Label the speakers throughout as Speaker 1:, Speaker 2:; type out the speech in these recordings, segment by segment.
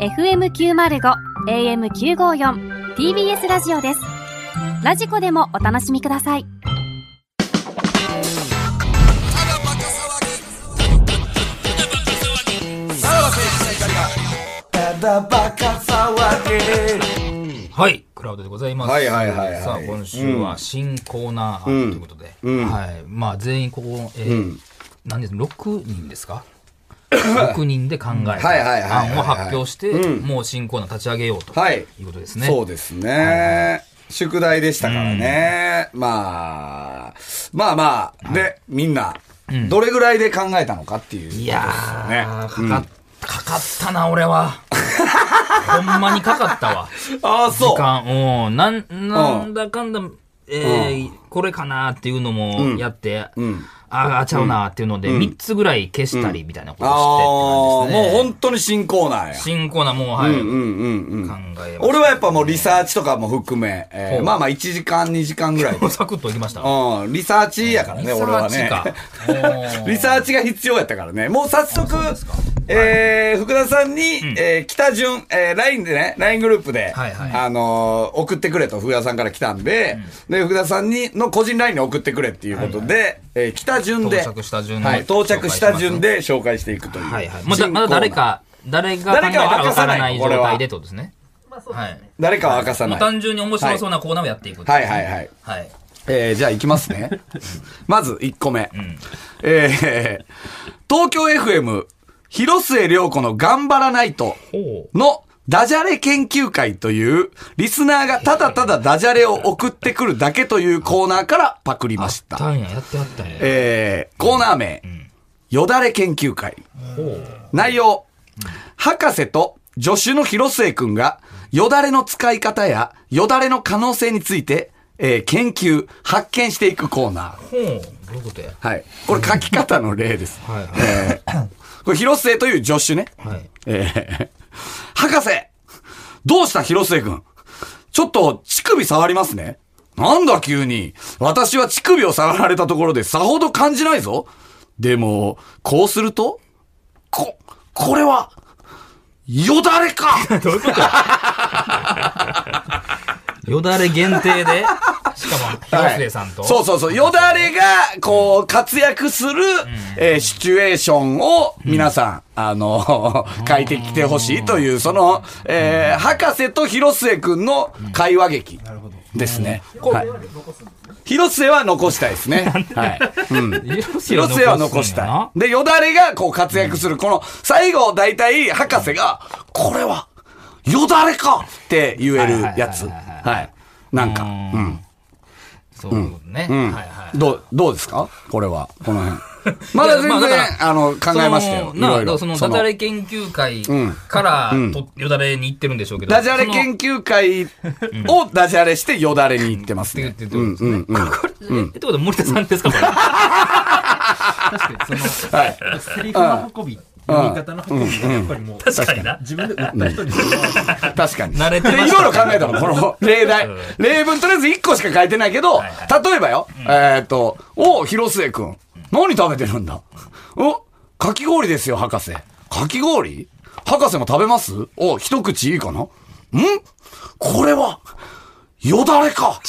Speaker 1: FM905 AM954 TBS ラジオですラジコでもお楽しみください
Speaker 2: はい、クラウドでございます。
Speaker 3: はいはいはいはい
Speaker 2: さあ、今週は新コーナーということで、
Speaker 3: ん
Speaker 2: はい、まあ全員ここ、えー何です6人で すか6人で考え
Speaker 3: はいはいはいはい
Speaker 2: た案を発表して、もう新コーナー立ち上げようと
Speaker 3: はい
Speaker 2: いうことですね。
Speaker 3: そうですね。宿題でしたからね。まあ、まあまあ、で、みんな、どれぐらいで考えたのかっていうことです
Speaker 2: い
Speaker 3: よ
Speaker 2: や
Speaker 3: ね。
Speaker 2: ー、かかっかかったな、俺は。ほんまにかかったわ。
Speaker 3: ああ、そ
Speaker 2: 時
Speaker 3: う。
Speaker 2: 間、うん。なん、なんだかんだ、えーこれかなっていうのもやって、ああ、ちゃうなっていうので、3つぐらい消したりみたいなこと
Speaker 3: ああ、も
Speaker 2: をしてって感じで
Speaker 3: う
Speaker 2: すね。
Speaker 3: 本当に新コーナーや。
Speaker 2: 新コーナーもう、はい、
Speaker 3: うんうんうん。
Speaker 2: 考えまし
Speaker 3: 俺はやっぱもうリサーチとかも含め、えー
Speaker 2: ほう
Speaker 3: まあまあ1時間2時間ぐらいで
Speaker 2: た。 サクッといきました。
Speaker 3: うん、リサーチやからね、俺は
Speaker 2: リ
Speaker 3: ね
Speaker 2: サ。ーチ か
Speaker 3: リサーチが必要やったからね。もう早速
Speaker 2: あそうですか、
Speaker 3: えー、福田さんに、えー、北順、えー、LINE でね、LINE グループで、
Speaker 2: はいはい
Speaker 3: あのー送ってくれと福田さんから来たんで、で、福田さんに、の個人 LINE に送ってくれっていうことで、えー北順で、
Speaker 2: 到着した順で
Speaker 3: はい、到着した順で紹介していくという。
Speaker 2: はいはい。まだ、まだ誰か、誰が考
Speaker 3: 誰
Speaker 2: え
Speaker 3: か
Speaker 2: た
Speaker 3: は
Speaker 2: ら
Speaker 3: 明か
Speaker 2: わ
Speaker 3: さ
Speaker 2: か
Speaker 3: ない
Speaker 2: らない状態でってことですね。はい。
Speaker 3: 誰かは明かさ
Speaker 2: も
Speaker 3: な
Speaker 2: う
Speaker 3: い。
Speaker 2: 単純に面白そうなコーナーをやっていくってこと
Speaker 3: はい
Speaker 2: です
Speaker 3: は
Speaker 2: ね
Speaker 3: いはい。
Speaker 2: はい。
Speaker 3: えー、じゃあ行きますね。まず1個目。えー、東京 FM、広末涼子の頑張らないと
Speaker 2: ほう
Speaker 3: のダジャレ研究会という、リスナーがただただダジャレを送ってくるだけというコーナーからパクりまし。
Speaker 2: あったんや、やってあったんや。
Speaker 3: えー、コーナー名、よだれ研究会。
Speaker 2: ほう。
Speaker 3: 内容、博士と助手の広末くんが、よだれの使い方や、よだれの可能性について、えー研究、発見していくコーナー。
Speaker 2: ほう。どういうことや。
Speaker 3: はい。これ書き方の例です。
Speaker 2: はいはい
Speaker 3: えーこれ広末という助手ね。
Speaker 2: はい。
Speaker 3: えー博士どうした広末くんちょっと乳首触りますね。なんだ急に。私は乳首を触られたところでさほど感じないぞ。でも、こうするとこ、これは、よだれか
Speaker 2: どういうことよだれ限 定で、しかも、広末さんと。
Speaker 3: はいそうそうそう。よだれが、こう、活躍する、えーシチュエーションを、皆さん、あ の、書いてきてほしいという、その、えー博士と広末くんの会話劇ですね。はい広末は残したいです ね。はい。うん
Speaker 2: 広末
Speaker 3: 広末は残したい。で、よだれがこう活躍する。この、最後、大体、博士が、これは、よだれかって言えるやつ。
Speaker 2: はいはいはい
Speaker 3: はい。なんか、うん。
Speaker 2: そういうことね。
Speaker 3: うん
Speaker 2: はいはい。
Speaker 3: どう、どうですかこれは、この 辺。まだ全
Speaker 2: まあだか
Speaker 3: 然、
Speaker 2: ら
Speaker 3: あの、考えましたよ。
Speaker 2: そ
Speaker 3: い
Speaker 2: のな
Speaker 3: ろいろ。
Speaker 2: その、
Speaker 3: そ
Speaker 2: ダ
Speaker 3: の
Speaker 2: ジャレ研究会から、とよだれに行ってるんでしょうけど。
Speaker 3: ダジャレ研
Speaker 2: 究
Speaker 3: 究会をダジャレしてよだれに行ってます
Speaker 2: って言っ
Speaker 3: ね。
Speaker 2: てるってことですね。これえってことは森田さんですか、これ。
Speaker 4: 確かにその、セリフの運び、読み方の運びがやっぱりもう、
Speaker 2: 確かにな。
Speaker 4: 自分で打った人に
Speaker 3: 確かに。
Speaker 2: 慣れてま
Speaker 3: で
Speaker 2: した
Speaker 3: いろいろ考えたの、この例題。例文とりあえず1個しか書いてないけど、例えばよ、えーっと、おう、広末くん。何食べてるんだお、かき氷ですよ、博士。かき氷博士も食べますお、一口いいかなんこれは、よだれか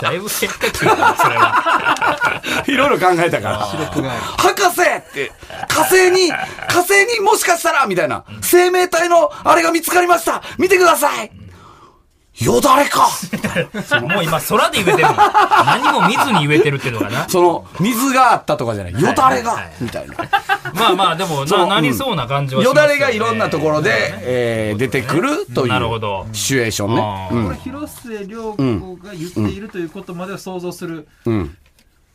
Speaker 2: だいぶ結果切るなそれは。
Speaker 3: いろいろ考えたから。博士って、火星に、火星にもしかしたらみたいな、生命体のあれが見つかりました見てくださいよだれ か
Speaker 2: もう今、空で言えてるもん。何も見ずに言えてるっていうのがな。
Speaker 3: その、水があったとかじゃない。よだれ
Speaker 2: はい
Speaker 3: が
Speaker 2: はい
Speaker 3: みたいな。
Speaker 2: まあまあ、でも、
Speaker 3: そ
Speaker 2: な、
Speaker 3: う
Speaker 2: なりそうな感じはし
Speaker 3: よ
Speaker 2: ます
Speaker 3: だ
Speaker 2: よね
Speaker 3: れがいろんなところで、えー出てくるとい
Speaker 2: なるほ
Speaker 3: う
Speaker 2: ど。
Speaker 3: シチュエーションね。
Speaker 2: うん
Speaker 4: これ広末涼子が言っているということまでを想像する、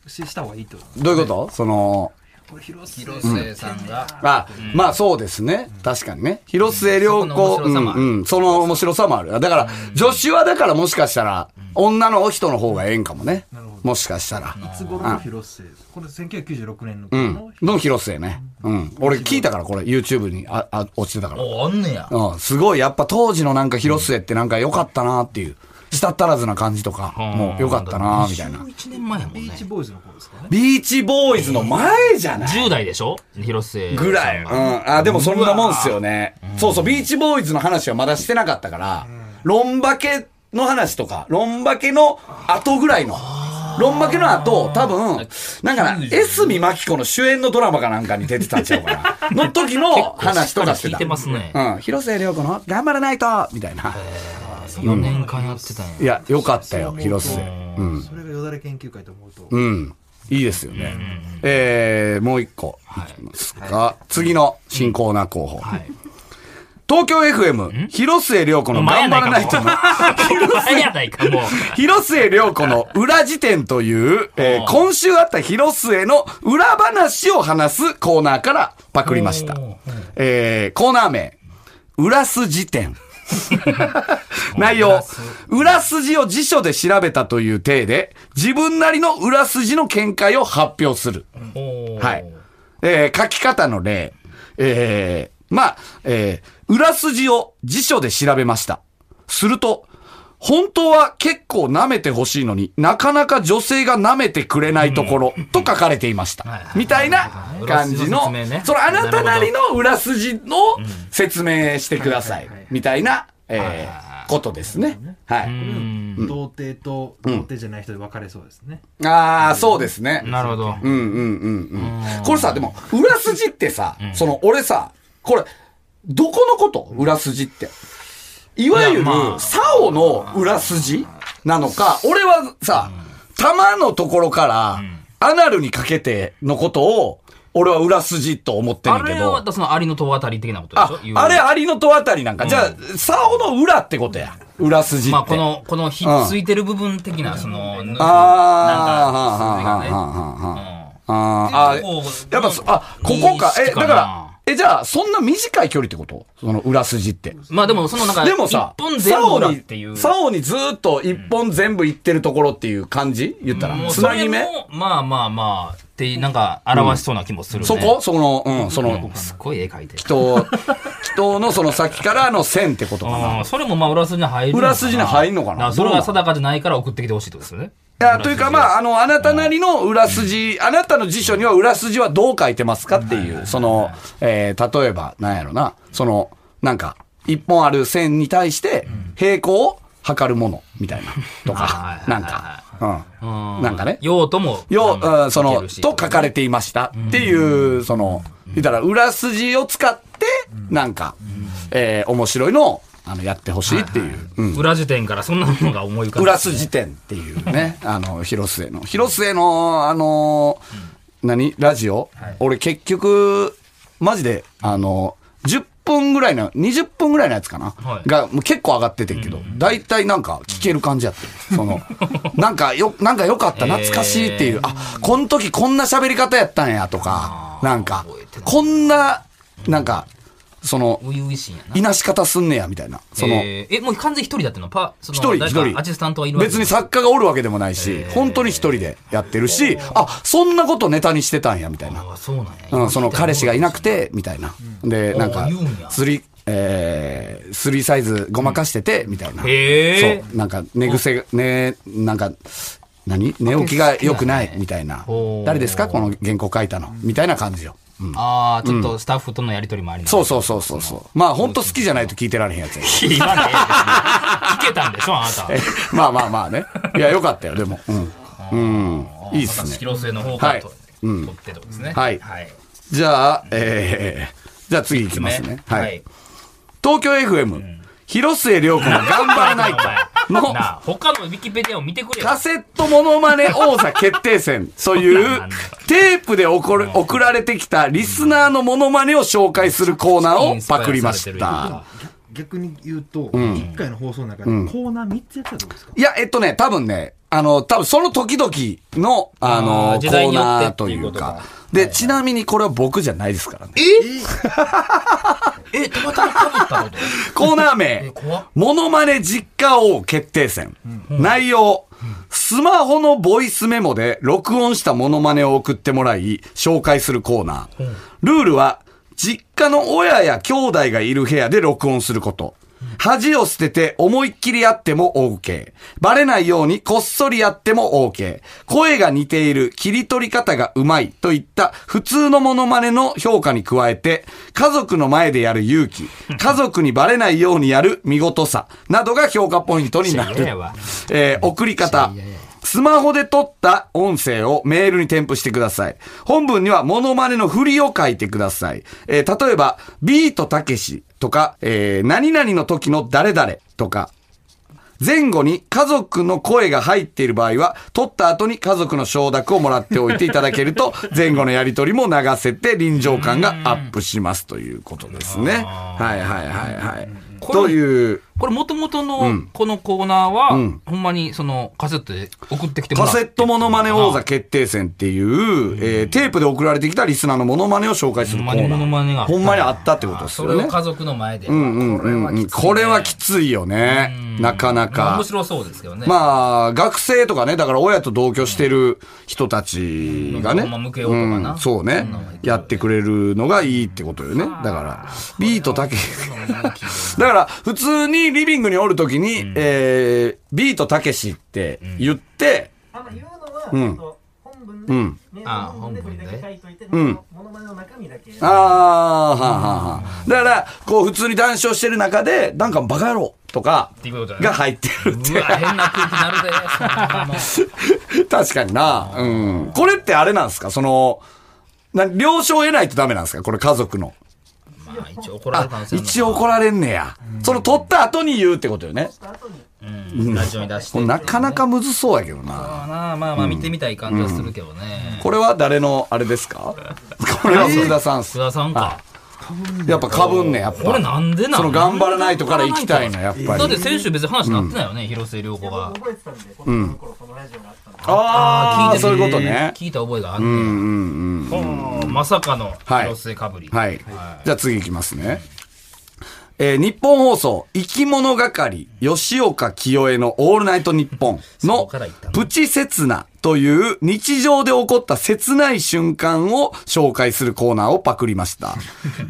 Speaker 4: しした方がいいってこと
Speaker 3: どういうことその、
Speaker 4: これ広末
Speaker 2: 広末さんが、
Speaker 3: あ、まあそうですね。確かにね。広末涼
Speaker 2: そ
Speaker 3: 子、
Speaker 2: この面白さもある
Speaker 3: うんうんその面白さもある。だから、女子はだからもしかしたら、女の人の方がええんかもね
Speaker 4: るほ。ど
Speaker 3: もしかしたら。
Speaker 4: いつ頃の広末これ1996年のこ
Speaker 3: うん
Speaker 4: の、。
Speaker 3: の広末ね。うん。俺聞いたから、これ、YouTube にああ落ちてたから。
Speaker 2: お、あんねや。
Speaker 3: うん。すごい、やっぱ当時のなんか広末ってなんか良かったなっていう。舌足らずな感じとか、もうよかったなみたいな。
Speaker 2: 11年前やもんね。
Speaker 4: ビーチボーイズの方ですかね。
Speaker 3: ビーチボーイズの前じゃない
Speaker 2: 10代でしょ広末。
Speaker 3: ぐらい。うん。あ、でもそんなもんっすよね。そうそう、ビーチボーイズの話はまだしてなかったから、ロンバケの話とか、ロンバケの後ぐらいの。ロンバケの後、多分、なんかな、エスミマキコの主演のドラマかなんかに出てたんちゃうか な。の時の話とかしてた。
Speaker 2: 聞いてますね。
Speaker 3: うん。広末涼子の頑張らないとみたいな。
Speaker 2: 4年間やってたんや。
Speaker 3: いや、よかったよ、広末。
Speaker 4: うん。それがよだれ研究会と思うと。。
Speaker 3: うん。いいですよね。えー、もう一個いきますか。次の新コーナー候補。はい。東京 FM、広末涼子の頑張らないとの、 広末涼子の裏辞典という、 えー、今週あった広末の裏話を話すコーナーからパクりました。えー、コーナー名、裏す辞 典。内容、裏筋を辞書で調べたという体で、自分なりの裏筋の見解を発表する。はい。えー、書き方の例、えー、まあ、えー、裏筋を辞書で調べました。すると、本当は結構舐めてほしいのになかなか女性が舐めてくれないところと書かれていました。みたいな感じの、ね、そのあなたなりの裏筋の説明してください。みたいな、えー、ことですね。はい
Speaker 4: 童貞と童貞じゃない人で分かれそうですね。
Speaker 3: ああ、そうですね。
Speaker 2: なるほど。
Speaker 3: うんうんうんうん。これさ、でも、裏筋ってさ、その俺さ、これ、どこのこと裏筋って。いわゆる、サオの裏筋なのか、俺はさ、玉のところから、アナルにかけてのことを、俺は裏筋と思ってるけど。あれ
Speaker 2: はそのアリの戸渡り的なことでし
Speaker 3: ょああれアリの戸渡りなんか。じゃあ、サオの裏ってことや。裏筋
Speaker 2: まあ、この、このひっついてる部分的な、その、ああ、
Speaker 3: ああ、やっぱ、あ、ここか。え、だから、え、じゃあ、そんな短い距離ってことその裏筋って。
Speaker 2: まあでも、そのなんか、
Speaker 3: でもさ、
Speaker 2: 一本全部裏っていう。
Speaker 3: サオにずっと一本全部いってるところっていう感じ言ったら。つなぎ目
Speaker 2: まあまあまあ、って、なんか、表しそうな気もする、ね
Speaker 3: そこその、うん、その、
Speaker 2: すごい絵描いてる。
Speaker 3: 人、人のその先からの線ってことかな。
Speaker 2: それもまあ裏筋に入る
Speaker 3: 裏筋に入るのかな。
Speaker 2: それが定かじゃないから送ってきてほしいってことですよね。
Speaker 3: いや、というか、まあ、あの、あなたなりの裏筋、あなたの辞書には裏筋はどう書いてますかっていう、その、えー、例えば、なんやろな、その、なんか、一本ある線に対して、平行を測るもの、みたいな、 とか、なんか、うん。なんかね。
Speaker 2: 用途も。
Speaker 3: 用、うん、その、と書かれていましたっていう、その、言ったら、裏筋を使って、なんか、えー、面白いのを、あの、やってほしいっていう。
Speaker 2: 裏辞典からそんなものが思い浮か
Speaker 3: ぶ、裏筋典っていうね、あの、広末の。広末の、あの、何ラジオ、俺結局、マジで、あの、10分ぐらいの、20分ぐらいのやつかな、が、もう結構上がっててんけど、大体なんか聞ける感じやって。その、なんかよ、なんか良かった、懐かしいっていう、あ、この時こんな喋り方やったんやとか、なんか、こんな、なんか、その、
Speaker 2: 初々しいや
Speaker 3: な。いなし方すんねや、みたいな。その、
Speaker 2: えー、え、もう完全一人だってのパ、
Speaker 3: 一人、一人。
Speaker 2: アシスタントはいる
Speaker 3: 別に作家がおるわけでもないし、えー、本当に一人でやってるし、あ、そんなことネタにしてたんや、みたいな。
Speaker 2: あ、そうなん
Speaker 3: や。うん、その彼氏がいなくて、みたいな。うん、で、なんか、釣り、えー、スリーサイズごまかしてて、みたいな。
Speaker 2: へ
Speaker 3: そう。なんか、寝癖、ね、なんか、何寝起きが良くない、みたいな。誰ですかこの原稿書いたの。みたいな感じよ。、
Speaker 2: ああ、ちょっとスタッフとのやりとりもあります
Speaker 3: そうそうそうそうそう。まあ、本当好きじゃないと聞いてられへんやつや。
Speaker 2: 聞けたんでしょ、あなた。
Speaker 3: まあまあまあね。いや、よかったよ、でも。うん。いいっすね。
Speaker 2: 広末の方から取ってとですね。
Speaker 3: はい。じゃあ、えー、じゃあ次いきますね。はい。東京 FM、広末涼子の頑張 らないと。
Speaker 2: の他のウィキペディアを見てくれ
Speaker 3: カセットモノマネ王座決定 戦というテープで送る送られてきたリスナーのモノマネを紹介するコーナーをパクりました
Speaker 4: 逆に言うと、うん、1回の放送の中でコーナー3つやったんですか、
Speaker 3: いやえっとね多分ねあの多分その時々のあのコーナーというかで、ちなみにこれは僕じゃないですからね。
Speaker 2: ええ、たまたまかぶったこと
Speaker 3: コーナー名、モノマネ実家王決定戦。内容、スマホのボイスメモで録音したモノマネを送ってもらい、紹介するコーナー。ルールは、実家の親や兄弟がいる部屋で録音すること。恥を捨てて思いっきりやっても OK。バレないようにこっそりやっても OK。声が似ている、切り取り方がうまいといった普通のモノマネの評価に加えて、家族の前でやる勇気、家族にバレないようにやる見事さ、などが評価ポイントになる
Speaker 2: いやいやわ。
Speaker 3: えー送り方。スマホで撮った音声をメールに添付してください。本文にはモノマネの振りを書いてください。えー例えば、ビートたけしとか、えー何々の時の誰々とか、前後に家族の声が入っている場合は、撮った後に家族の承諾をもらっておいていただける と、前後のやりとりも流せて臨場感がアップしますということですね。はいはいはいはい。
Speaker 2: これ
Speaker 3: という、
Speaker 2: これもともとのこのコーナーは、ほんまにそのカセットで送ってきてもら
Speaker 3: カ
Speaker 2: って
Speaker 3: セットモノマネ王座決定戦っていう、えーテープで送られてきたリスナーのモノマネを紹介するコーナー。
Speaker 2: ほんまにモノマネがあった
Speaker 3: ほんまにあったってことです
Speaker 2: そ
Speaker 3: よ
Speaker 2: れ
Speaker 3: ね
Speaker 2: を。家族の前で、
Speaker 3: うんうんうんこれはきついよね。なかな
Speaker 2: まあ
Speaker 3: か
Speaker 2: 面。白そうですけどね、
Speaker 3: まあ、学生とかね、だから親と同居してる人たちがね、
Speaker 2: うんまあ向けようとかな
Speaker 3: うんそうね、やってくれるのがいいってことよね。だから、ビートたけ、 だから、普通にリビングにおるときに、えー、ビートたけしって言って、
Speaker 5: あの言うのは、
Speaker 3: ん
Speaker 5: ちょっと本文
Speaker 3: う
Speaker 5: で、
Speaker 3: ん
Speaker 5: メール
Speaker 2: あ
Speaker 5: の本文で
Speaker 2: 本
Speaker 5: こ
Speaker 2: 文
Speaker 5: れ
Speaker 2: で
Speaker 5: だけ書いといて、
Speaker 3: ん
Speaker 5: モノマネの中身だけ。
Speaker 3: ああ、はあはあはあ。だから、こう普通に談笑してる中で、なんかバカ野郎とか
Speaker 2: ていうことだね
Speaker 3: が入ってるって
Speaker 2: うわ変な空気なるでそんなも ん
Speaker 3: 確かにな。うん。これってあれなんですかその、な了承得ないとダメなんですかこれ家族の。
Speaker 2: まあ一応怒られ
Speaker 3: あ
Speaker 2: る可能、性も
Speaker 3: 一応怒られんねや。その取った後に言うってことよね。
Speaker 2: うんラジオに出して
Speaker 3: これなかなかむずそうやけどな。
Speaker 2: まあなまあまあ見てみたい感じはするけどね、
Speaker 3: これは誰のあれですかこれは須田さんっす
Speaker 2: 須田さんか
Speaker 3: やっぱかぶんね、やっ
Speaker 2: これ
Speaker 3: ぱ。
Speaker 2: なんでな
Speaker 3: その頑張らないと
Speaker 2: と
Speaker 3: から行きたいの、やっぱ
Speaker 2: だって
Speaker 3: り。
Speaker 2: 先週別に話になってないよね、広末涼子が
Speaker 5: 覚えてたんで、子供の頃そのラジオがあったんで。
Speaker 3: ああ、
Speaker 2: 聞いて
Speaker 3: そう
Speaker 2: る
Speaker 3: いうことね。
Speaker 2: 聞いた覚えがある
Speaker 3: うん
Speaker 2: ね
Speaker 3: うんうん。
Speaker 2: ほうまさかの
Speaker 3: はい
Speaker 2: 広末かぶり
Speaker 3: はい。じゃあ次いきますね。えー日本放送、生き物係、吉岡清江のオールナイト日本
Speaker 2: そ
Speaker 3: の
Speaker 2: こから行った、の
Speaker 3: プチ切なという日常で起こった切ない瞬間を紹介するコーナーをパクりま した。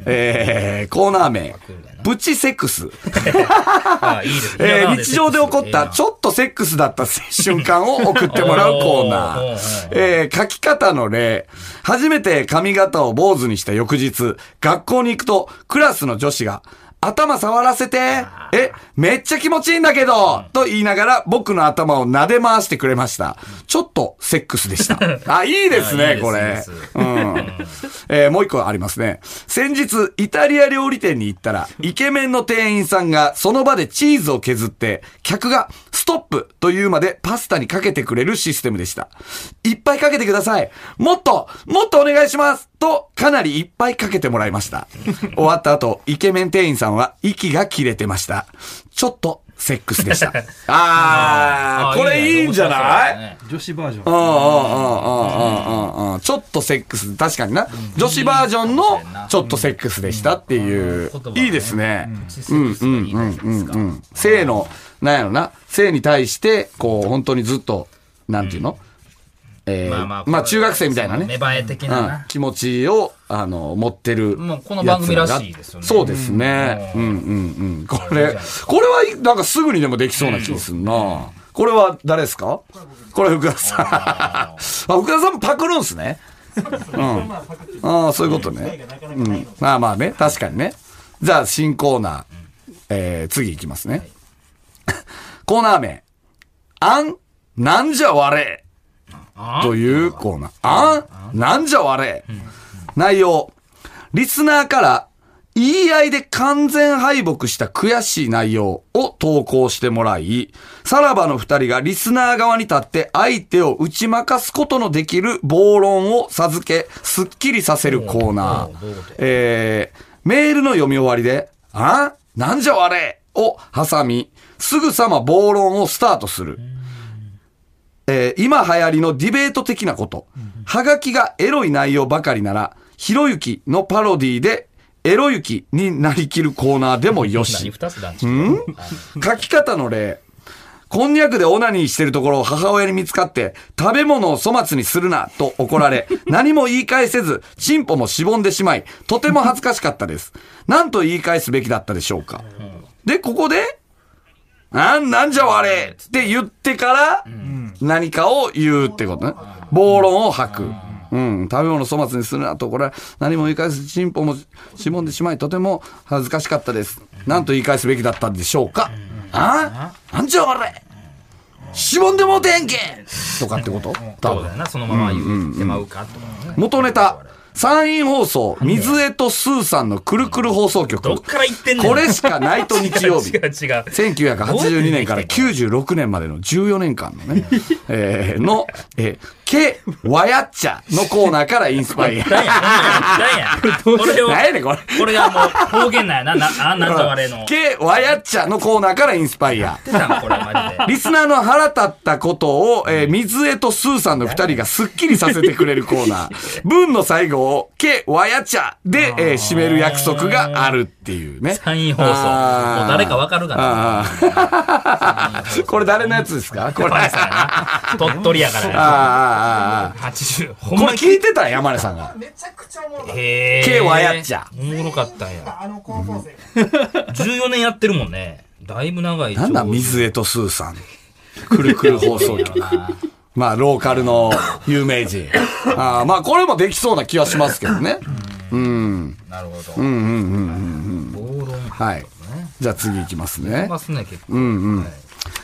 Speaker 3: えーコーナー名
Speaker 2: クるだよ、
Speaker 3: プチセックス。
Speaker 2: あいいですね
Speaker 3: えー日常で起こったちょっとセックスだった瞬間を送ってもらうコーナ
Speaker 2: おーおーお
Speaker 3: ー。えー書き方の例。初めて髪型を坊主にした翌日、学校に行くとクラスの女子が、頭触らせてえめっちゃ気持ちいいんだけどと言いながら僕の頭を撫で回してくれました。ちょっとセックスでした。 あ、いいです
Speaker 2: あいい
Speaker 3: ね
Speaker 2: で、す
Speaker 3: こ
Speaker 2: いいで
Speaker 3: れ
Speaker 2: す。
Speaker 3: うんえーもう一個ありますね。先日、イタリア料理店に行ったら、イケメンの店員さんがその場でチーズを削って、客がストップというまでパスタにかけてくれるシステムでした。いっぱいかけてください。もっともっとお願いしますと、かなりいっぱいかけてもらいました。終わった後、イケメン店員さんは息が切れてました。ちょっと、セックスで した。あー、これいいんじゃない
Speaker 4: 女子バージ
Speaker 3: う
Speaker 4: ョ
Speaker 3: ん
Speaker 4: ン。
Speaker 3: うんうんうんうんうんうんちょっとセックス、確かにな。女子バージョンのちょっとセックスでしたっていう
Speaker 2: うんうん。
Speaker 3: いいですね。
Speaker 2: うんうんうんうん
Speaker 3: うんうん。性の、なんやろな。性に対して、こう、本当にずっと、なんていうのえー
Speaker 2: まあまあ
Speaker 3: まあ中学生みたいな
Speaker 2: 芽
Speaker 3: ね。
Speaker 2: 生え的
Speaker 3: う
Speaker 2: なんな、
Speaker 3: 気持ちを、あの、持ってるやつらが。
Speaker 2: もうこの番組らしいですよね
Speaker 3: そうですね。う
Speaker 2: うんん
Speaker 3: うんうん。こ
Speaker 2: いい
Speaker 3: れ
Speaker 2: じゃない、
Speaker 3: これは、なんかすぐにでもできそうな気がするな。これは誰ですかこれ福田さん。あ、福田さんもパクるんすね。
Speaker 5: まあ、パクチー
Speaker 3: ああ、そういうことね。
Speaker 5: がなかなかないので、
Speaker 3: まあまあね、確かにね。じゃあ、新コーナー。えー、次いきますね。コーナー名。あん、なんじゃ我れ。
Speaker 2: あ
Speaker 3: というコーナー。あん、なんじゃ我れ。内容。リスナーから、言い合いで完全敗北した悔しい内容を投稿してもらい、さらばの二人がリスナー側に立って相手を打ち負かすことのできる暴論を授け、スッキリさせるコーナ
Speaker 2: おうおうどういうこ
Speaker 3: ー
Speaker 2: と。
Speaker 3: えー、メールの読み終わりで、あなんじゃあれを挟み、すぐさま暴論をスタートする。えー今流行りのディベート的なこと。はがきがエロい内容ばかりなら、ひろゆきのパロディで、エロゆきになりきるコーナーでもよ
Speaker 2: 何
Speaker 3: し。
Speaker 2: 二つ団地うん
Speaker 3: 書き方の例。こんにゃくでオナニーしてるところを母親に見つかって、食べ物を粗末にするな、と怒られ、何も言い返せず、チンポもしぼんでしまい、とても恥ずかしかったです。何と言い返すべきだったでしょうか。で、ここで、なん、なんじゃあれって言ってから、何かを言うってことね。暴論を吐く。うん、食べ物を粗末にするなと、これは何も言い返す進歩もしぼんでしまい、とても恥ずかしかったです。なんと言い返すべきだったんでしょうか。ああなんじゃあれしぼんでもうてへんけとかってこと多
Speaker 2: そう
Speaker 3: 分
Speaker 2: だよな、そのまま言ってまうかとかね。
Speaker 3: 元ネタ、山陰放送、水江とスーさんのくるくる放送局。
Speaker 2: どっから言ってんねん。
Speaker 3: これしかないと日曜日
Speaker 2: 違。う違う違う。
Speaker 3: 1982年から96年までの14年間のね、 えーの、えーけ、わやっちゃのコーナーからインスパイア。
Speaker 2: 何や、何や、何や。
Speaker 3: 何やねんこれ。
Speaker 2: これがもう方言なんやな、な、あ、なんとあれの。
Speaker 3: け、わやっちゃのコーナーからインスパイア。
Speaker 2: 言ってたんこれマジで。
Speaker 3: リスナーの腹立ったことを、えー水江とスーさんの二人がスッキリさせてくれるコーナー。 文の最後を、け、わやちゃで、えー締める約束があるっていうね。
Speaker 2: 山陰放送。もう
Speaker 3: あー
Speaker 2: 誰かわかるかな。
Speaker 3: ああ。これ誰のやつですかこれ。ああ
Speaker 2: 山根さんやな鳥取やからや。
Speaker 3: ああああ。
Speaker 2: 80。ほん
Speaker 3: これ
Speaker 2: まに。
Speaker 3: 聞いてた山根さんが。
Speaker 5: めちゃくちゃおもろかっ
Speaker 2: へー
Speaker 3: K はやっちゃ
Speaker 2: おもろかったんや。
Speaker 5: た。あの高校生が。
Speaker 2: 14年やってるもんね。だいぶ長 い。
Speaker 3: なんだ水江とスーさん。くるくる放送局。 まあ、ローカルの有名人。ああまあ、これもできそうな気はしますけどね。
Speaker 2: なるほど。うんうんうんうん。暴論。
Speaker 3: はい。じゃあ次いきますね。
Speaker 2: ますね、結構。うんうん。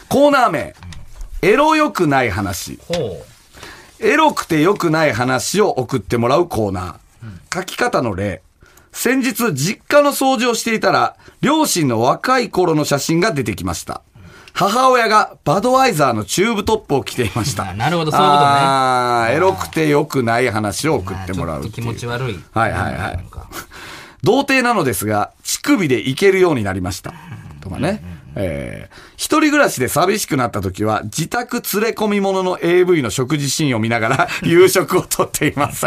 Speaker 3: コーナー名。エロ良くない話。
Speaker 2: ほ
Speaker 3: エロくて良くない話を送ってもらうコーナー。書き方の例。先日、実家の掃除をしていたら、両親の若い頃の写真が出てきました。母親がバドワイザーのチューブトップを着ていまし
Speaker 2: あ
Speaker 3: た。
Speaker 2: なるほどそういうことね
Speaker 3: あーエロくて良くない話を
Speaker 2: う。
Speaker 3: 送ってもらう
Speaker 2: ち
Speaker 3: って
Speaker 2: ょ
Speaker 3: い
Speaker 2: っ
Speaker 3: う
Speaker 2: と気持ち悪い。
Speaker 3: はいはいはい
Speaker 2: なんか
Speaker 3: 童貞なのですが、乳首でいけるようになりました。とかね。えー一人暮らしで寂しくなった時は、自宅連れ込み者の AV の食事シーンを見なが ら夕食をとっています。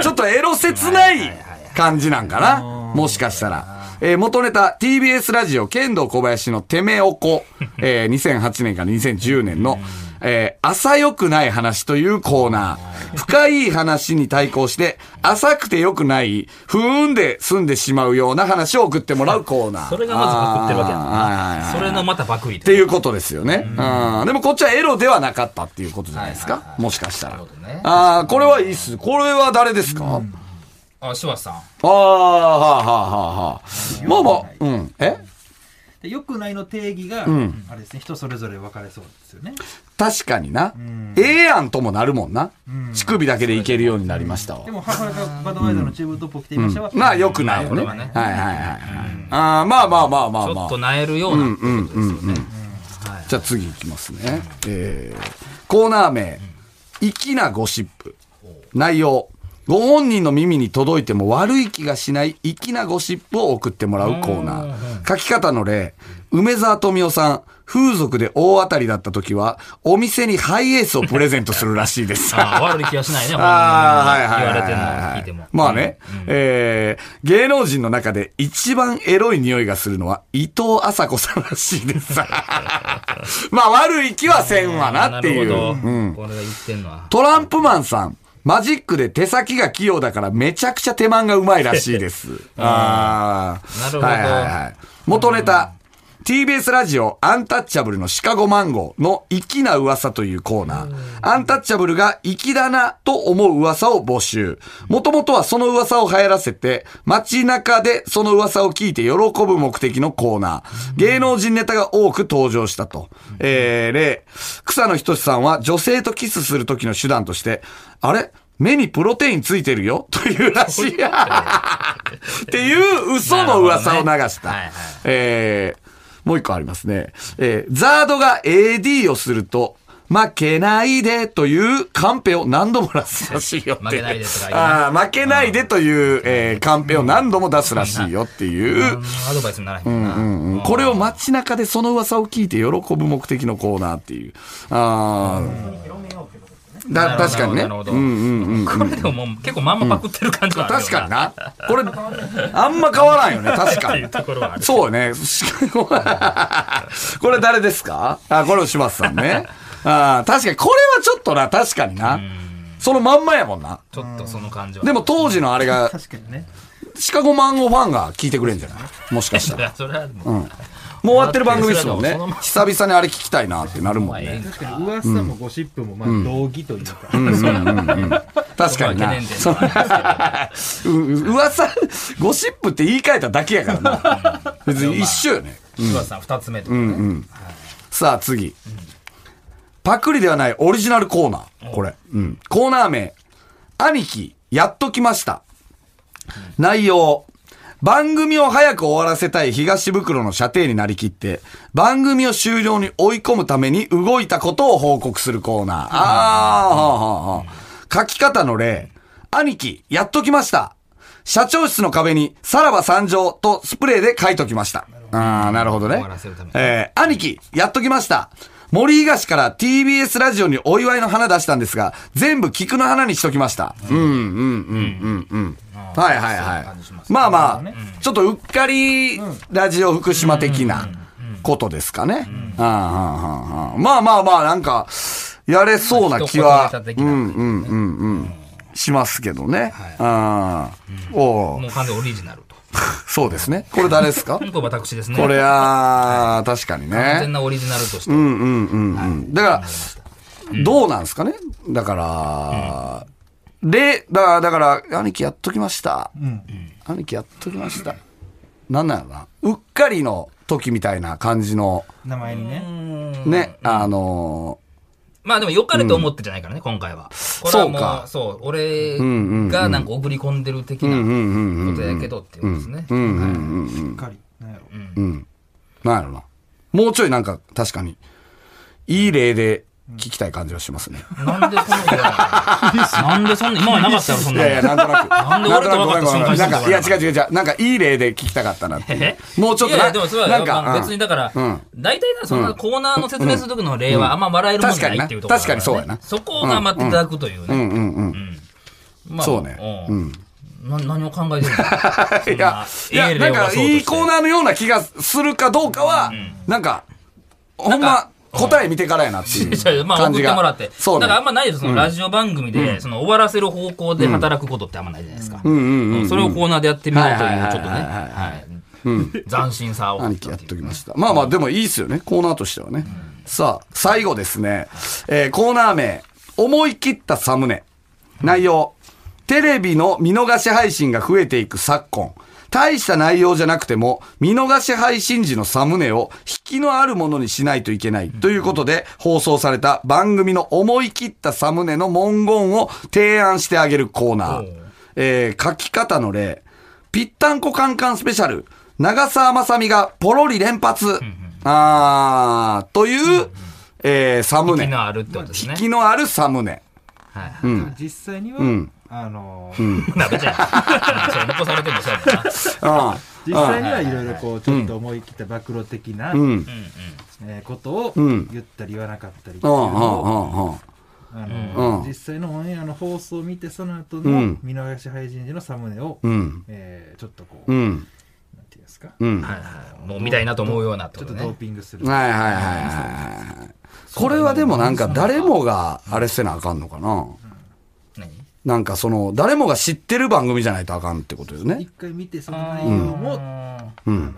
Speaker 3: ちょっとエロ切ない感じなんかな。もしかしたら。えー元ネタ TBS ラジオ剣道小林のてめお こ、えー2008年から2010年の、えー浅良くない話というコーナー。深い話に対抗して、浅くて良くない、不運で済んでしまうような話を送ってもらうコーナー。
Speaker 2: それがまずパクってるわけやもん
Speaker 3: あーはいはいは
Speaker 2: な。
Speaker 3: い
Speaker 2: それのまたパクリっ
Speaker 3: っていうことですよね。うん。でもこっちはエロではなかったっていうことじゃないです
Speaker 2: はいはい
Speaker 3: か
Speaker 2: は。い
Speaker 3: もしかしたら
Speaker 2: なるほどね。
Speaker 3: ああ、これはいいっす。これは誰ですか
Speaker 2: あ、柴田さん。
Speaker 3: ああ、はあはあはあはあ。まあまあ、うん。え
Speaker 4: で良くないの定義が、あれですね人それぞれ分かれそうですよね
Speaker 3: 確かにな。ええやんともなるもんな。乳首だけでいけるようになりましたわ
Speaker 4: で。も母親がバドワイザーのチューブトップを着ていましたは、
Speaker 3: まあ、良くないよね。は
Speaker 2: まあ
Speaker 3: い
Speaker 2: これは
Speaker 3: は
Speaker 2: ね
Speaker 3: いはいはい。ああ、まあまあまあま
Speaker 2: ち
Speaker 3: あま
Speaker 2: ょ
Speaker 3: あ
Speaker 2: っ。となえるようなってことですよね。
Speaker 3: じゃあ次いきますね。えー、コーナー名、粋なゴシップ。内容、ご本人の耳に届いても悪い気がしない粋なゴシップを送ってもらうコーナー。書き方の例、梅沢富美男さん、風俗で大当たりだった時は、お店にハイエースをプレゼントするらしい です。
Speaker 2: あー悪い気はしないね、ほん
Speaker 3: ああ、はい
Speaker 2: 言
Speaker 3: は
Speaker 2: わ
Speaker 3: い
Speaker 2: れ
Speaker 3: は
Speaker 2: て
Speaker 3: い
Speaker 2: るの
Speaker 3: はい
Speaker 2: 聞いても。
Speaker 3: まあね、えー、芸能人の中で一番エロい匂いがするのは伊藤麻子さんらしい です。まあ悪い気はせんわなってい
Speaker 2: なる
Speaker 3: う。
Speaker 2: ほど。これが言ってんのは。
Speaker 3: トランプマンさん。マジックで手先が器用だからめちゃくちゃ手間がうまいらしいです。 ああ。
Speaker 2: なるほど
Speaker 3: はいはいはい。元ネタ。TBS ラジオアンタッチャブルのシカゴマンゴーの粋な噂というコーナー。アンタッチャブルが粋だなと思う噂を募集。もともとはその噂を流行らせて、街中でその噂を聞いて喜ぶ目的のコーナー。芸能人ネタが多く登場したと。えー、例、草野仁さんは女性とキスする時の手段として、あれ目にプロテインついてるよというらしい。っていう嘘の噂を流した。
Speaker 2: なるほどねはいはい
Speaker 3: えー、もう一個ありますね。えー、ザードが AD をすると、負けないでというカンペを何度も出すらしいよって。
Speaker 2: 負けないでとか言うな
Speaker 3: ああ、負けないでという、えー、カンペを何度も出すらしいよっていう。
Speaker 2: アドバイスにならへんもんな。
Speaker 3: これを街中でその噂を聞いて喜ぶ目的のコーナーっていう。ああ。だ、確かにね。
Speaker 2: なるほど。これでももう結構まんまパクってる感じはあるよ
Speaker 3: 確かに。な。これ、あんま変わらんよ ね。確か
Speaker 2: っ
Speaker 3: に
Speaker 2: ていう。ところはある。
Speaker 3: そうね。 しかもこれ誰ですかあ、これを柴田さんね。あー確かに、これはちょっとな、確かにな。そのまんまやもんな。
Speaker 2: ちょっとその感じは。
Speaker 3: でも当時のあれが、
Speaker 4: 確かにね
Speaker 3: シカゴマンゴーファンが聞いてくれんじゃないもしかした
Speaker 2: い
Speaker 3: ら。
Speaker 2: やそれはもう、
Speaker 3: もう終わってる番組ですもんね
Speaker 2: それはも。う
Speaker 3: 久々にあれ聞きたいなってなるもんね。
Speaker 4: 確かに噂もゴシップもまあ同義というか、
Speaker 3: 確かに
Speaker 2: まあ
Speaker 3: な
Speaker 2: 懸念。点はありますけど
Speaker 3: うう噂、ゴシップって言い換えただけやからな。別に一緒よね。
Speaker 2: 柴田さん二つ目とかね、
Speaker 3: さあ次。パクリではないオリジナルコーナー。これ。うん。コーナー名。兄貴、やっときました。内容。番組を早く終わらせたい東袋の射程になりきって、番組を終了に追い込むために動いたことを報告するコーナー。あー、はあはあはあ書き方の例。兄貴、やっときました。社長室の壁に、さらば参上とスプレーで書いときました。ああ、なるほどね。
Speaker 2: 終わらせるために
Speaker 3: えー兄貴、やっときました。森東から TBS ラジオにお祝いの花出したんですが、全部菊の花にしときました。うん、うん、うん、うん、うん。はいはい
Speaker 2: そういう感じし
Speaker 3: は
Speaker 2: ま
Speaker 3: い。
Speaker 2: す
Speaker 3: まあまあ、ちょっとうっかりラジオ福島的なことですかね。ああああああまあまあまあ、なんか、やれそうな気は
Speaker 2: まあ一言ネタ、的
Speaker 3: う、
Speaker 2: なん
Speaker 3: うん、うん、うん。しますけどね。ああおう
Speaker 2: もう完全オリジナルと。
Speaker 3: そうですね。これ誰ですか
Speaker 2: これ私 ですね。
Speaker 3: これ、あー確かに
Speaker 2: 完
Speaker 3: ね。
Speaker 2: 全なオリジナルとして。
Speaker 3: うん、うん、うんうん。だから、どうなんですかねだから、で、だから、だから、兄貴やっときました。兄貴やっときました。なんなんやろな。うっかりの時みたいな感じの、
Speaker 4: 名前にね。
Speaker 3: ね、あの
Speaker 2: まあでも良かれと思ってじゃないからね、今回は。これはも
Speaker 3: そうか
Speaker 2: う、そう、俺がなんか送り込んでる的なことやけどっていうことですね。はい
Speaker 4: しっかり。なんやろ。
Speaker 3: ー、なんやろな。もうちょいなんか、確かに、いい例で聞きたい感じはしますね。
Speaker 2: なんでそんな、いやなんでそんな、今までなかったよ、そん
Speaker 3: い
Speaker 2: な
Speaker 3: やいや、
Speaker 2: の。
Speaker 3: なんとなく。
Speaker 2: なんで
Speaker 3: なんとな
Speaker 2: 俺と
Speaker 3: くご
Speaker 2: 分か
Speaker 3: めんごめ
Speaker 2: った
Speaker 3: ん
Speaker 2: 瞬
Speaker 3: ごめ
Speaker 2: 間
Speaker 3: んなんか、いや、違う違う違う。なんか、いい例で聞きたかったなっていう。もうちょっと
Speaker 2: いやい
Speaker 3: な、
Speaker 2: やでもそれは
Speaker 3: なんか、
Speaker 2: まあ
Speaker 3: うん
Speaker 2: 別にだから、大体な、そんなコーナーの説明する時の例はあんま笑えるもんじゃないっていうところだらね
Speaker 3: 確かにな確かにそうやな
Speaker 2: そこを頑張っていただくというね。
Speaker 3: うんうん。
Speaker 2: まあ
Speaker 3: そうね
Speaker 2: うんな何を考えてるの
Speaker 3: いや、い
Speaker 2: いや
Speaker 3: や、なんか、いいコー
Speaker 2: ー。
Speaker 3: ナーのような気がするかどうかは、なんか、ほんま、答え見てからやなって いう感じ
Speaker 2: いやいや
Speaker 3: が。
Speaker 2: まあ送ってもらって。
Speaker 3: そう
Speaker 2: だ
Speaker 3: ね
Speaker 2: からあ。んまないですよ。そのラジオ番組で、その終わらせる方向で働くことってあんまないじゃないですか。うんそれをコーナーでやってみようという、ちょ
Speaker 3: はいはいはい
Speaker 2: っとね。はい。斬新さを。
Speaker 3: 兄貴やっときました。まあまあ、でもいいですよね。コーナーとしてはね。さあ、最後ですね。えーコーナー名、思い切ったサムネ。内容、テレビの見逃し配信が増えていく昨今。大した内容じゃなくても、見逃し配信時のサムネを引きのあるものにしないといけない。ということで、放送された番組の思い切ったサムネの文言を提案してあげるコーナ
Speaker 2: お
Speaker 3: ー
Speaker 2: う。
Speaker 3: えー書き方の例。ぴったんこカンカンスペシャル。長澤まさみがポロリ連発。あー、という、えーサム
Speaker 2: 引き
Speaker 3: ネ。
Speaker 2: のあるってことですね
Speaker 3: 引。きのあるサムネ。
Speaker 2: はいはい。
Speaker 4: 実際には、あのー
Speaker 2: 鍋じゃん。それ残されてもそうやな。
Speaker 3: うん。
Speaker 4: 実際にはいろいろこうちょっと思い切った暴露的な、
Speaker 3: うん。
Speaker 4: えーことを
Speaker 3: ん
Speaker 4: 言ったり言わなかったりって
Speaker 3: う、
Speaker 4: いうんのを
Speaker 3: うん、うん、うん。
Speaker 4: あの
Speaker 3: うん
Speaker 4: 実際のオンエアの放送を見てその後
Speaker 3: う
Speaker 4: の
Speaker 3: ん
Speaker 4: 見逃し配信時のサムネを、
Speaker 3: うん。
Speaker 4: えーちょっとこう、
Speaker 3: うん。
Speaker 4: なんていうんですか、
Speaker 3: うん。
Speaker 2: はいはいもう見たいなと思うようなって
Speaker 4: ちょ
Speaker 2: こ
Speaker 4: っ
Speaker 2: と
Speaker 4: とドー
Speaker 2: ね。
Speaker 4: ピングする、
Speaker 3: はいはいはいはいはい。これはでもなんか誰もがあれせなあかんのかな。
Speaker 2: 何
Speaker 3: なんかその、誰もが知ってる番組じゃないとあかんってことよね
Speaker 4: 一。回見てその内容も、あの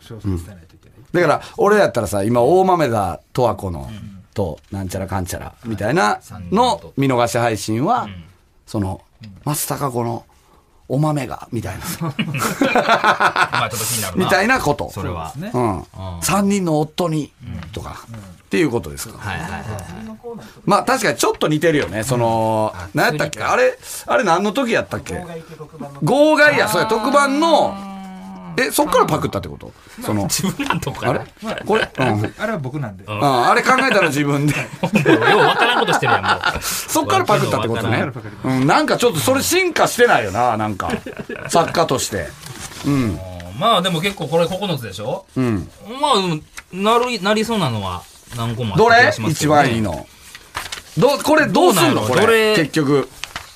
Speaker 4: 詳細に伝えないといけない、
Speaker 3: だから、俺やったらさ、今、大豆田十和子の、と、なんちゃらかんちゃら、みたいなの見逃し配信は、その、松たか子の、お豆が、みたいな、
Speaker 2: まあ ちょっと気になるな。
Speaker 3: みたいなこと。
Speaker 2: それは。
Speaker 4: ね
Speaker 3: うん。三人の夫に、とか、っていうことですか。
Speaker 2: はいはいはい。
Speaker 3: まあ確かにちょっと似てるよね。その、何やったっけあれ、あれ何の時やったっけ
Speaker 5: 外池特番の
Speaker 3: 号外や、そうや、特番の、え、そっからパクったってことその、
Speaker 2: 自分らのとこか
Speaker 3: あ
Speaker 2: ら。
Speaker 3: れこれ、うん。うん
Speaker 4: あれは僕なんで、
Speaker 3: あれ考えたの自分で。
Speaker 2: もうようわからんことしてるやん、もう。
Speaker 3: そっからパクったってこと
Speaker 2: わ
Speaker 3: ね
Speaker 2: か。
Speaker 3: うん、なんかちょっとそれ進化してないよな、なんか。作家として。
Speaker 2: まあでも結構これ9つでしょ
Speaker 3: うん。
Speaker 2: まあでも、なる、なりそうなのは何個もあ
Speaker 3: ど
Speaker 2: った気
Speaker 3: れ
Speaker 2: がしますけ
Speaker 3: 一
Speaker 2: どね
Speaker 3: 番いいの。どう、これどうすんの
Speaker 2: ど
Speaker 3: こ
Speaker 2: うなんやろど
Speaker 3: れ。
Speaker 2: れ
Speaker 3: 結局。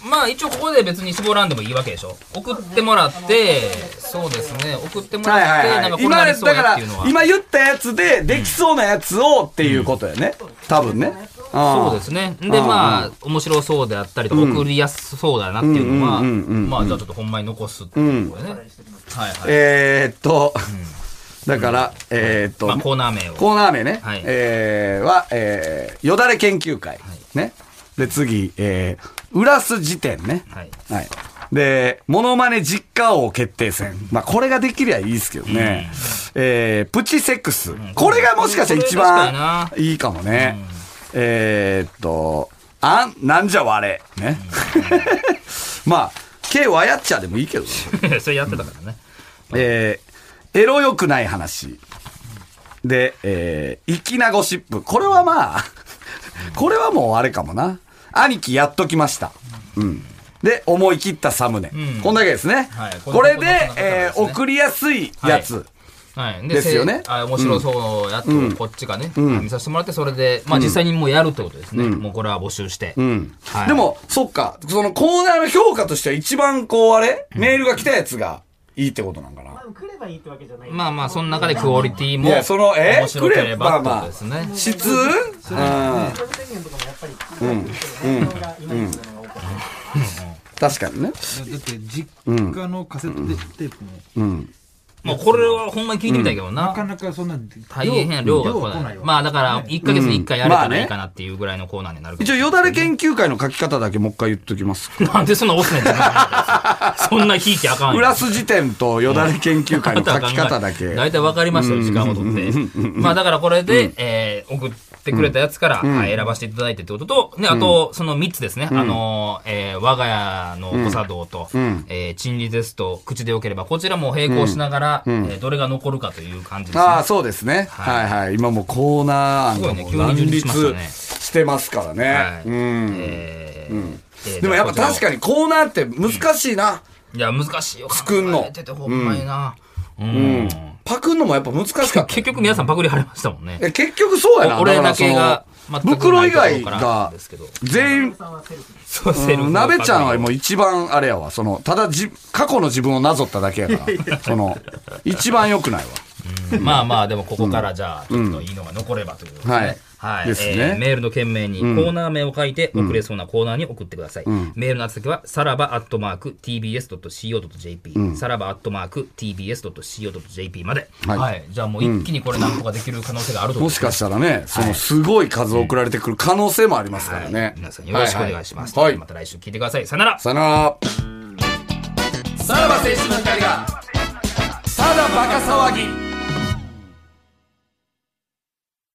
Speaker 2: まあ一応ここで別に絞らんでもいいわけでしょ送ってもらって、そうですね、送っても
Speaker 3: はい
Speaker 2: らっ
Speaker 3: は
Speaker 2: て、ないん
Speaker 3: は
Speaker 2: か
Speaker 3: い。
Speaker 2: これ
Speaker 3: 今、
Speaker 2: なり
Speaker 3: だ
Speaker 2: そう
Speaker 3: か
Speaker 2: やっ
Speaker 3: ら
Speaker 2: ていうのは。、
Speaker 3: 今言ったやつで、できそうなやつをっていうことよね。多分ね。
Speaker 2: そ
Speaker 3: あ
Speaker 2: うですね。で、まあ、面白そうであったりとか、送りやすそうだなっていうのは、まあ、じゃあちょっとほんまに残すっていうことね。はいはい
Speaker 3: えーっと、だから、えーっと、
Speaker 2: まあコーナー名を
Speaker 3: コーナー名ね、
Speaker 2: はい
Speaker 3: えーは、えーよだれ研究会、ね。で、次、えー、浦須辞典ね。
Speaker 2: はい
Speaker 3: はい。で、モノマネ実家王決定戦。まあ、これができりゃいいですけどね。えー、プチセックス。これがもしかしたら一番
Speaker 2: こ
Speaker 3: いいかもね。えーっと、あん、なんじゃ我れ。ね。 まあ、K はやっちゃでもいいけどね。
Speaker 2: それやってたからね。
Speaker 3: えーエロ良くない話。で、えー、粋なゴシップ。これはまあ、 これはもうあれかもな。兄貴やっときました。うん。で、思い切ったサムネ。
Speaker 2: うん
Speaker 3: こんだけですね。
Speaker 2: はい
Speaker 3: これで、
Speaker 2: こんなこんな
Speaker 3: えー
Speaker 2: こんな
Speaker 3: 送りやすいやつ。
Speaker 2: はい。
Speaker 3: ですよね
Speaker 2: せあ面白そうやつをこっちがね、見させてもらって、それで、まあ実際にもうやるってことですね。もうこれは募集して。
Speaker 3: うん
Speaker 2: はい
Speaker 3: でも、そっか、そのコーナーの評価としては一番こう、あれ、メールが来たやつがいいってことなんかな。
Speaker 5: 来ればいいってわけじゃない。
Speaker 2: まあまあ、その中でクオリティ
Speaker 3: い
Speaker 2: も、
Speaker 3: やそのえ
Speaker 2: 面白ければってことですね。
Speaker 3: 質うん。
Speaker 5: 企画宣言とかもやっぱり、うん、内容がいまいちなのが多かった。
Speaker 3: 確かにね。
Speaker 4: だって実家のカセットテープも
Speaker 3: うん。
Speaker 2: まあ、これはほんまに聞いてみたいけどな。
Speaker 4: なかなかそんな
Speaker 2: 大変量が来ない。まあだから、1ヶ月に1回やれたらいいかなっていうぐらいのコーナーになるけ
Speaker 3: 一
Speaker 2: ど
Speaker 3: 応、よだれ研究会の書き方だけもう一回言っときますか。
Speaker 2: なんでそんな押すねん自分の中でそんな引いてあかんよ
Speaker 3: 浦須辞典とよだれ研究会の書き方だけ。
Speaker 2: 大体わかりましたよ、時間を取って。まあだからこれで、えー送ってくれたやつから、はい選ばせていただいてってことと、ね、あと、その3つですね。あのー、えー我が家の小茶道と、えー賃理テスト、口でよければ、こちらも並行しながら、えーどれが残るかという感じです ね。
Speaker 3: ああ、そうですね。はいはい。今もうコーナー案がもう
Speaker 2: すごいね
Speaker 3: 乱
Speaker 2: 急に充実しましたね
Speaker 3: 立してますからね
Speaker 2: は。い
Speaker 3: うん。
Speaker 2: えーえー
Speaker 3: でもやっぱ確かにコーナーって難しいな。
Speaker 2: いや、難しいよ。
Speaker 3: 作んの
Speaker 2: 考えててほんまにな。うん。
Speaker 3: パクんのもやっぱ難しかった。
Speaker 2: 結局皆さんパクリ貼れましたもんね。
Speaker 3: え結局そうやな。
Speaker 2: お俺だけが
Speaker 3: だからその
Speaker 2: 全く
Speaker 3: 袋
Speaker 2: な
Speaker 3: 以
Speaker 2: いところ
Speaker 3: 外
Speaker 2: から
Speaker 3: が
Speaker 2: ですけど
Speaker 3: 全員、
Speaker 2: そうセルフ
Speaker 3: うん
Speaker 2: の
Speaker 3: 鍋ちゃんは
Speaker 2: パクリ
Speaker 3: もう一番あれやわ。その、ただじ、過去の自分をなぞっただけやから。その、一番良くないわ。
Speaker 2: うんまあまあ、でもここからじゃあ、ちょっといいのが残ればということですね。
Speaker 3: はい
Speaker 2: はい。
Speaker 3: ですね
Speaker 2: えーメールの件名にコーナー名を書いて送れそうなコーナーに送ってください。メールの宛先は、さらばアットマーク tbs.co.jp、さらばアットマーク tbs.co.jp まで。
Speaker 3: はい
Speaker 2: はい。じゃあもう一気にこれ何個かできる可能性があると
Speaker 3: もしか
Speaker 2: し
Speaker 3: したらね、そのすごい数送られてくる可能性もありますからね。
Speaker 2: 皆さんよろしくお願いします。
Speaker 3: はい。
Speaker 2: また来週聞いてください。さよなら
Speaker 3: さよなら。さらば青春の光が、ただバカ騒ぎ。